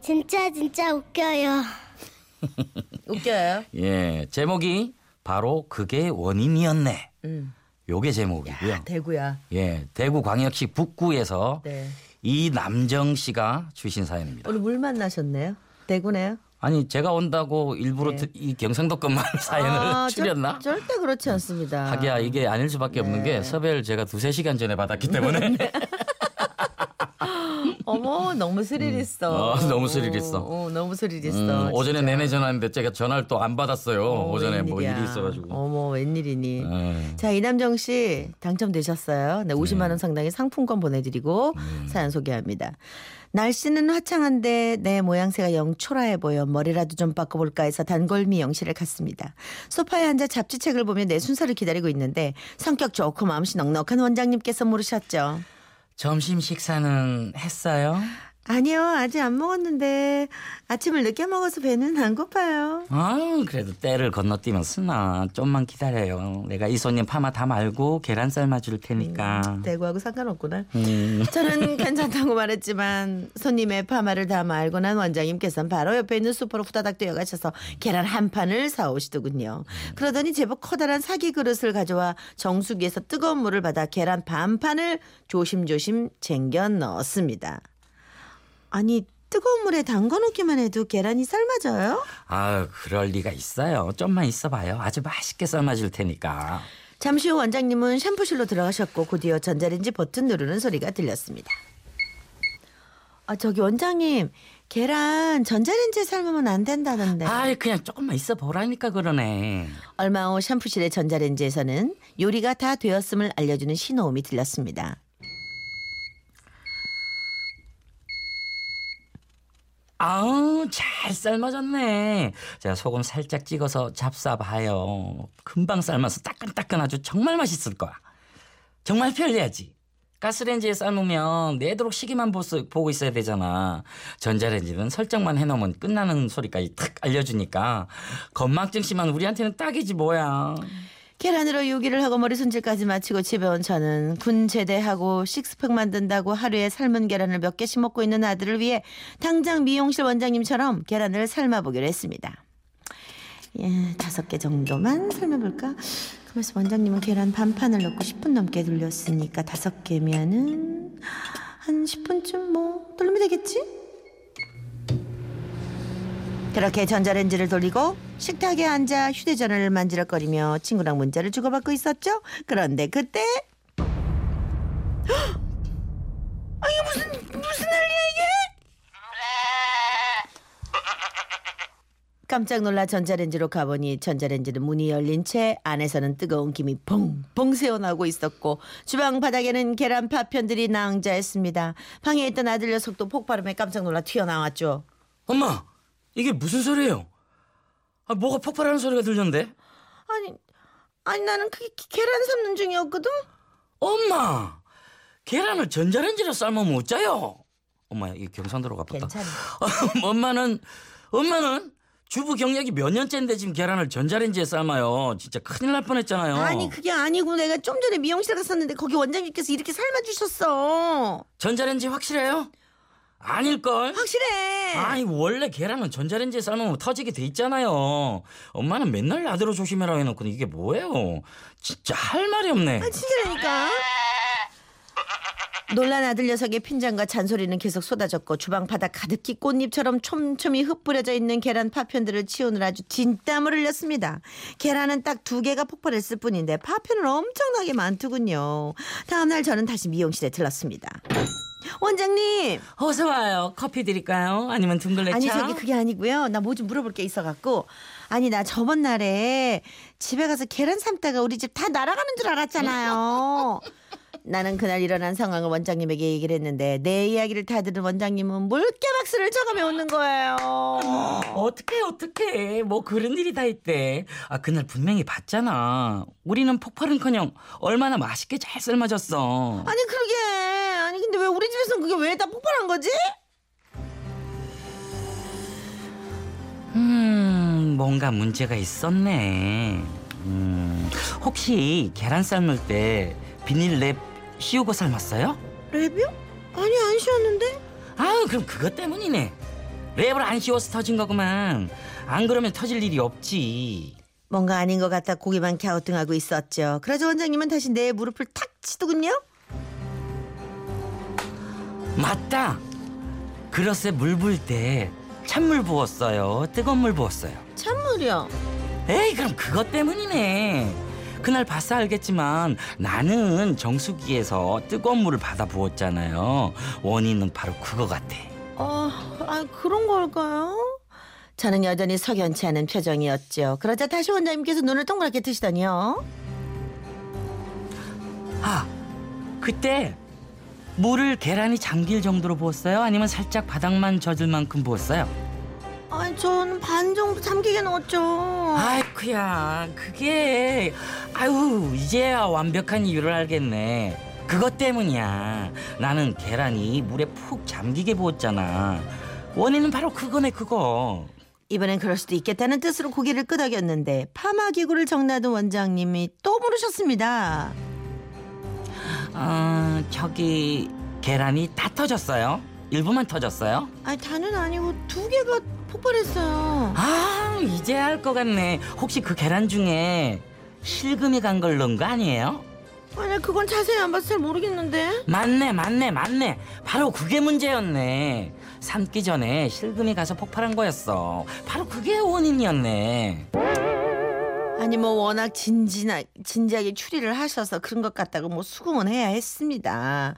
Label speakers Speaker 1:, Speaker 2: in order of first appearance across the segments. Speaker 1: 진짜 진짜 웃겨요.
Speaker 2: 웃겨요.
Speaker 3: 예, 제목이 바로 그게 원인이었네.
Speaker 2: 음.
Speaker 3: 요게 제목이고요.
Speaker 2: 야, 대구야.
Speaker 3: 예, 대구 광역시 북구에서
Speaker 2: 네.
Speaker 3: 이남정 씨가 주신 사연입니다.
Speaker 2: 오늘 물 만나셨네요. 대구네요.
Speaker 3: 아니, 제가 온다고 일부러 드- 이 경상도권만 사연을
Speaker 2: 네. 아, 절-
Speaker 3: 추렸나?
Speaker 2: 절대 그렇지 않습니다.
Speaker 3: 하기야 이게 아닐 수밖에 없는
Speaker 2: 네.
Speaker 3: 게 섭외를 제가 두세 시간 전에
Speaker 2: 음,
Speaker 3: 받았기 때문에
Speaker 2: 어머 너무 스릴 있어.
Speaker 3: 어, 너무 스릴 있어.
Speaker 2: 어, 어, 너무 스릴 있어.
Speaker 3: 음, 오전에
Speaker 2: 진짜.
Speaker 3: 내내 전화했는데 제가 전화를 또 안 받았어요.
Speaker 2: 어,
Speaker 3: 오전에 뭐
Speaker 2: 웬일이야.
Speaker 3: 일이 있어가지고.
Speaker 2: 어머 웬일이니.
Speaker 3: 예.
Speaker 2: 자 이남정 씨 당첨되셨어요. 네, 50만 원 상당의 상품권 보내드리고 사연 소개합니다. 날씨는 화창한데 내 모양새가 영 초라해 보여 머리라도 좀 바꿔볼까 해서 단골미 영실을 갔습니다. 소파에 앉아 잡지책을 보며 내 순서를 기다리고 있는데 성격 좋고 마음씨 넉넉한 원장님께서 물으셨죠.
Speaker 3: 점심 식사는 했어요?
Speaker 2: 아니요 아직 안 먹었는데 아침을 늦게 먹어서 배는 안 고파요.
Speaker 3: 아 그래도 때를 건너뛰면 쓰나 좀만 기다려요. 내가 이 손님 파마 다 말고 계란 삶아 줄 테니까.
Speaker 2: 대구하고 상관없구나.
Speaker 3: 음,
Speaker 2: 저는 괜찮다고 말했지만 손님의 파마를 다 말고 난 원장님께서는 바로 옆에 있는 슈퍼로 후다닥 뛰어가셔서 계란 한 판을 사오시더군요. 그러더니 제법 커다란 사기 그릇을 가져와 정수기에서 뜨거운 물을 받아 계란 반판을 조심조심 쟁겨 넣었습니다. 아니 뜨거운 물에 담궈놓기만 해도 계란이 삶아져요?
Speaker 3: 아 그럴 리가 있어요. 좀만 있어봐요. 아주 맛있게 삶아 줄 테니까.
Speaker 2: 잠시 후 원장님은 샴푸실로 들어가셨고 곧이어 전자레인지 버튼 누르는 소리가 들렸습니다. 아 저기 원장님 계란 전자레인지에 삶으면 안 된다는데.
Speaker 3: 아이 그냥 조금만 있어 보라니까 그러네.
Speaker 2: 얼마 후 샴푸실의 전자레인지에서는 요리가 다 되었음을 알려주는 신호음이 들렸습니다.
Speaker 3: 아우 잘 삶아졌네. 제가 소금 살짝 찍어서 잡숴봐요. 금방 삶아서 따끈따끈 아주 정말 맛있을 거야. 정말 편리하지. 가스레인지에 삶으면 내도록 시계만 보스- 보고 있어야 되잖아. 전자레인지는 설정만 해놓으면 끝나는 소리까지 탁 알려주니까 건망증 심한 우리한테는 딱이지 뭐야.
Speaker 2: 계란으로 요기를 하고 머리 손질까지 마치고 집에 온 저는 군 제대하고 식스팩 만든다고 하루에 삶은 계란을 몇 개씩 먹고 있는 아들을 위해 당장 미용실 원장님처럼 계란을 삶아보기로 했습니다. 예, 다섯 개 정도만 삶아볼까? 그래서 원장님은 계란 반판을 넣고 10분 넘게 돌렸으니까 다섯 개면은 한 10분쯤 뭐 돌리면 되겠지? 그렇게 전자레인지를 돌리고 식탁에 앉아 휴대전화를 만지락거리며 친구랑 문자를 주고받고 있었죠. 그런데 그때 헉! 아 이게 무슨 무슨 난리야 이게? 깜짝 놀라 전자레인지로 가보니 전자레인지는 문이 열린 채 안에서는 뜨거운 김이 봉봉 새어나오고 있었고 주방 바닥에는 계란 파편들이 낭자했습니다. 방에 있던 아들 녀석도 폭발음에 깜짝 놀라 튀어나왔죠.
Speaker 3: 엄마 이게 무슨 소리예요? 아, 뭐가 폭발하는 소리가 들렸는데?
Speaker 2: 아니, 아니 나는 그게 기- 계란 삶는 중이었거든.
Speaker 3: 엄마 계란을 전자레인지로 삶으면 어짜요? 엄마 이 경상도로 가봤다.
Speaker 2: 괜찮아.
Speaker 3: 엄마는 엄마는 주부 경력이 몇 년째인데 지금 계란을 전자레인지에 삶아요. 진짜 큰일 날 뻔했잖아요.
Speaker 2: 아니 그게 아니고 내가 좀 전에 미용실 갔었는데 거기 원장님께서 이렇게 삶아주셨어.
Speaker 3: 전자레인지 확실해요? 아닐 걸.
Speaker 2: 확실해.
Speaker 3: 아니 원래 계란은 전자레인지에 삶으면 터지게 돼 있잖아요. 엄마는 맨날 나대로 조심해라 해놓고 이게 뭐예요? 진짜 할 말이 없네.
Speaker 2: 진짜라니까. 놀란 아들 녀석의 핀잔과 잔소리는 계속 쏟아졌고 주방 바닥 가득히 꽃잎처럼 촘촘히 흩뿌려져 있는 계란 파편들을 치우느라 아주 진땀을 흘렸습니다. 계란은 딱 두 개가 폭발했을 뿐인데 파편은 엄청나게 많더군요. 다음날 저는 다시 미용실에 들렀습니다. 원장님,
Speaker 3: 어서 와요. 커피 드릴까요? 아니면 둥글레차?
Speaker 2: 아니 저기 그게 아니고요. 나 뭐 좀 물어볼 게 있어갖고 아니 나 저번 날에 집에 가서 계란 삶다가 우리 집 다 날아가는 줄 알았잖아요. 나는 그날 일어난 상황을 원장님에게 얘기를 했는데 내 이야기를 다 들은 원장님은 물개 박수를 쳐가며 웃는 거예요.
Speaker 3: 어떻게 어떻게 뭐 그런 일이 다 있대. 아 그날 분명히 봤잖아. 우리는 폭발은커녕 얼마나 맛있게 잘 삶아졌어.
Speaker 2: 아니 그러게 아니 근데 왜 우리 집에서는 그게 왜 다 폭발한 거지?
Speaker 3: 음 뭔가 문제가 있었네. 음 혹시 계란 삶을 때 비닐랩 씌우고 삶았어요?
Speaker 2: 랩이요? 아니 안 쉬었는데
Speaker 3: 아 그럼 그것 때문이네. 랩을 안 씌워서 터진 거구만. 안 그러면 터질 일이 없지.
Speaker 2: 뭔가 아닌 것 같아 고개만 갸우뚱하고 있었죠. 그러자 원장님은 다시 내 무릎을 탁 치더군요.
Speaker 3: 맞다. 그릇에 물 부을 때 찬물 부었어요. 뜨거운 물 부었어요.
Speaker 2: 참물이요.
Speaker 3: 에이 그럼 그것 때문이네 그날 봤어 알겠지만 나는 정수기에서 뜨거운 물을 받아 부었잖아요 원인은 바로 그거 같아
Speaker 2: 어, 아 그런 걸까요? 저는 여전히 석연치 않은 표정이었죠. 그러자 다시 원장님께서 눈을 동그랗게 뜨시더니요.
Speaker 3: 아 그때 물을 계란이 잠길 정도로 부었어요 아니면 살짝 바닥만 젖을 만큼 부었어요
Speaker 2: 아, 전 반 정도 잠기게 넣었죠.
Speaker 3: 아. 아이쿠야 그게 아유 이제야 완벽한 이유를 알겠네 그것 때문이야 나는 계란이 물에 푹 잠기게 부었잖아 원인은 바로 그거네 그거
Speaker 2: 이번엔 그럴 수도 있겠다는 뜻으로 고개를 끄덕였는데 파마기구를 정나둔 원장님이 또 물으셨습니다.
Speaker 3: 아, 저기 계란이 다 터졌어요. 일부만 터졌어요.
Speaker 2: 아, 다는 아니고 두 개가 폭발했어요.
Speaker 3: 아, 이제 알 것 같네. 혹시 그 계란 중에 실금이 간 걸 넣은 거 아니에요?
Speaker 2: 아니, 그건 자세히 안 봐서 잘 모르겠는데.
Speaker 3: 맞네, 맞네, 맞네. 바로 그게 문제였네. 삶기 전에 실금이 가서 폭발한 거였어. 바로 그게 원인이었네.
Speaker 2: 아니 뭐 워낙 진진하, 진지하게 추리를 하셔서 그런 것 같다고 뭐 수긍은 해야 했습니다.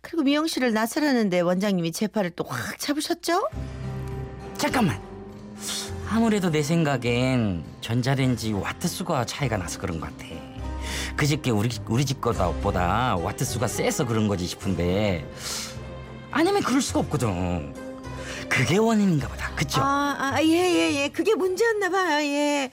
Speaker 2: 그리고 미영 씨를 나설하는데 원장님이 제 팔을 또 확 잡으셨죠?
Speaker 3: 잠깐만. 아무래도 내 생각엔 전자레인지 와트 수가 차이가 나서 그런 것 같아. 그저께 우리 우리 집 거보다 와트 수가 세서 그런 거지 싶은데 아니면 그럴 수가 없거든. 그게 원인인가 보다. 그쵸?
Speaker 2: 아, 아, 예, 예, 예. 그게 문제였나 봐요, 예.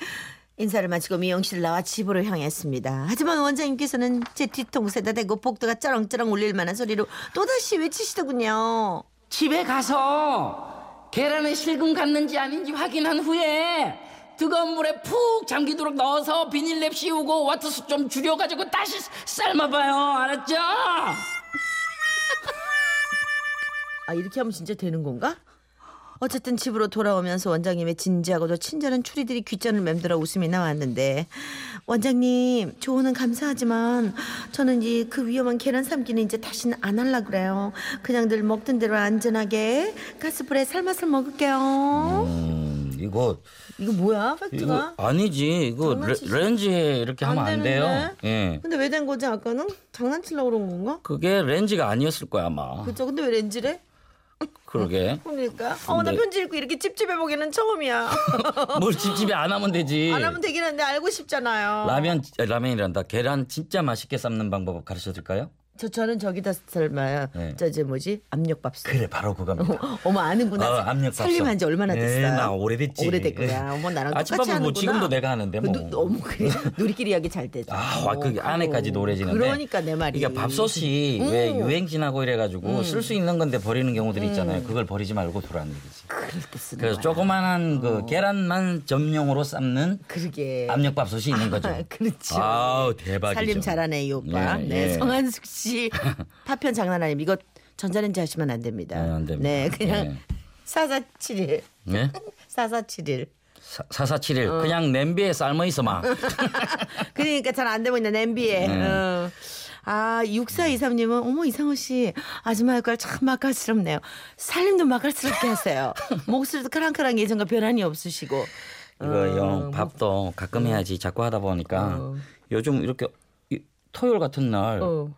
Speaker 2: 인사를 마치고 미영 씨를 나와 집으로 향했습니다. 하지만 원장님께서는 제 뒤통수에다 대고 복도가 쩌렁쩌렁 울릴 만한 소리로 또다시 외치시더군요.
Speaker 3: 집에 가서 계란에 실금 갔는지 아닌지 확인한 후에 뜨거운 물에 푹 잠기도록 넣어서 비닐랩 씌우고 와트 수 좀 줄여가지고 다시 삶아봐요. 알았죠?
Speaker 2: 아, 이렇게 하면 진짜 되는 건가? 어쨌든 집으로 돌아오면서 원장님의 진지하고도 친절한 추리들이 귓전을 맴돌아 웃음이 나왔는데 원장님 조언은 감사하지만 저는 이제 그 위험한 계란 삶기는 이제 다시는 안 할라 그래요. 그냥 늘 먹던 대로 안전하게 가스불에 삶아서 먹을게요.
Speaker 3: 음, 이거
Speaker 2: 이거 뭐야 팩트가?
Speaker 3: 아니지 이거 레,
Speaker 2: 장난치지?
Speaker 3: 렌즈에 이렇게 하면
Speaker 2: 안
Speaker 3: 안 돼요.
Speaker 2: 되는데?
Speaker 3: 예,
Speaker 2: 근데 왜 된 거지 아까는? 장난치려고 그런 건가?
Speaker 3: 그게 렌즈가 아니었을 거야 아마.
Speaker 2: 그죠 근데 왜 렌즈래?
Speaker 3: 그러게
Speaker 2: 그러니까 어 나
Speaker 3: 근데-
Speaker 2: 편지 읽고 이렇게 찝찝해 보기는 처음이야.
Speaker 3: 뭘 집집에 안 하면 되지.
Speaker 2: 안 하면 어. 되긴 한데 알고 싶잖아요.
Speaker 3: 라면 아, 라면이란다. 계란 진짜 맛있게 삶는 방법 가르쳐줄까요?
Speaker 2: 저 저는 저기다 설마요.
Speaker 3: 네.
Speaker 2: 저저 뭐지 압력밥솥.
Speaker 3: 그래 바로 그겁니다.
Speaker 2: 어머 아는구나.
Speaker 3: 어, 압력밥솥.
Speaker 2: 살림한 지 얼마나
Speaker 3: 예,
Speaker 2: 됐어요?
Speaker 3: 나 오래됐지.
Speaker 2: 오래됐구나. 어머 나랑 똑같이
Speaker 3: 아침밥은
Speaker 2: 하는구나.
Speaker 3: 뭐 지금도 내가 하는데 뭐.
Speaker 2: 그, 너무 그래. 놀이끼리 하기 잘 되죠.
Speaker 3: 아, 와, 그게
Speaker 2: 어,
Speaker 3: 안에까지 노래지는데.
Speaker 2: 그러니까 내 말이. 음.
Speaker 3: 이게 밥솥이 왜 유행 지나고 이래가지고 쓸 수 있는 건데 버리는 경우들이 있잖아요. 그걸 버리지 말고 두라는 얘기지.
Speaker 2: 그렇게 쓰는 거야.
Speaker 3: 그래서 조그만한
Speaker 2: 어.
Speaker 3: 그 계란만 점용으로 삶는
Speaker 2: 그러게.
Speaker 3: 압력밥솥이 있는 거죠.
Speaker 2: 아, 그렇죠.
Speaker 3: 아우 대박이죠.
Speaker 2: 살림 잘하네 이 오빠.
Speaker 3: 예,
Speaker 2: 네,
Speaker 3: 예.
Speaker 2: 성한숙 씨 파편 장난 아님. 이거 전자레인지 하시면 안 됩니다.
Speaker 3: 네, 안 됩니다.
Speaker 2: 네,
Speaker 3: 예.
Speaker 2: 그냥 사사칠일,
Speaker 3: 예?
Speaker 2: 사사칠일.
Speaker 3: 사사칠일
Speaker 2: 어.
Speaker 3: 그냥 냄비에 삶아 있어 막.
Speaker 2: 그러니까 잘 안 되고 있는 냄비에.
Speaker 3: 네.
Speaker 2: 어. 아, 6423님은, 어머, 이상호 씨, 아줌마 역할 참 맛깔스럽네요. 살림도 맛깔스럽게 하세요. 목소리도 크랑크랑 예전과 변함이 없으시고. 어.
Speaker 3: 이거요 밥도 가끔 해야지 자꾸 하다 보니까 요즘 이렇게 이- 토요일 같은 날
Speaker 2: 어.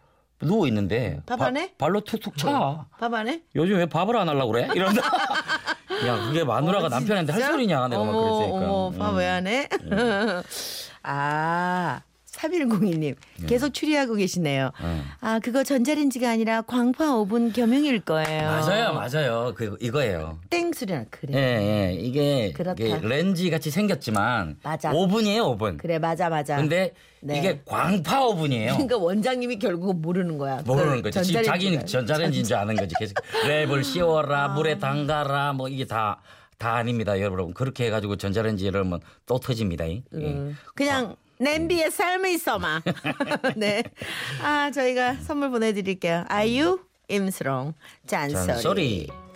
Speaker 3: 누워 있는데
Speaker 2: 밥안 해? 어.
Speaker 3: 발로 툭툭 차.
Speaker 2: 밥 안 해?
Speaker 3: 요즘 왜 밥을 안 하려고 그래? 이런다. 야, 그게 마누라가 남편한테 할
Speaker 2: 어, 진짜?
Speaker 3: 소리냐? 내가 막
Speaker 2: 어머,
Speaker 3: 그랬으니까.
Speaker 2: 어머, 오빠
Speaker 3: 음.
Speaker 2: 왜안 해? 아. 3102님
Speaker 3: 네.
Speaker 2: 계속 추리하고 계시네요. 아 그거 전자레인지가 아니라 광파 오븐 겸용일 거예요.
Speaker 3: 맞아요, 맞아요. 그 이거예요.
Speaker 2: 땡 소리나 그래.
Speaker 3: 예, 예. 이게,
Speaker 2: 그렇다.
Speaker 3: 이게 렌지 같이 생겼지만
Speaker 2: 맞아.
Speaker 3: 오븐이에요, 오븐.
Speaker 2: 그래 맞아 맞아.
Speaker 3: 근데
Speaker 2: 네.
Speaker 3: 이게 광파 오븐이에요.
Speaker 2: 그러니까 원장님이 결국은 모르는 거야.
Speaker 3: 어. 모르는 거지. 지금 자기는
Speaker 2: 그 전자레인지가.
Speaker 3: 전자레인지인 줄 아는 거지. 계속 랩을 씌워라, 물에 담가라, 뭐 이게 다. 다 아닙니다, 여러분. 그렇게 해가지고 전자레인지를 하면 또 터집니다. 이. 예.
Speaker 2: 음. 그냥 냄비에 삶이 있어마. 네. 아 저희가 선물 보내드릴게요. 아이유 임수롱 잔소리.
Speaker 3: 잔소리.